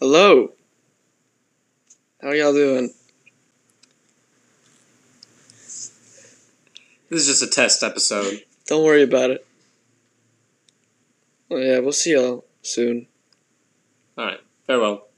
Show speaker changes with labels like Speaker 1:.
Speaker 1: Hello. How y'all doing?
Speaker 2: This is just a test episode.
Speaker 1: Don't worry about it. Well, yeah, we'll see y'all soon.
Speaker 2: All right. Farewell.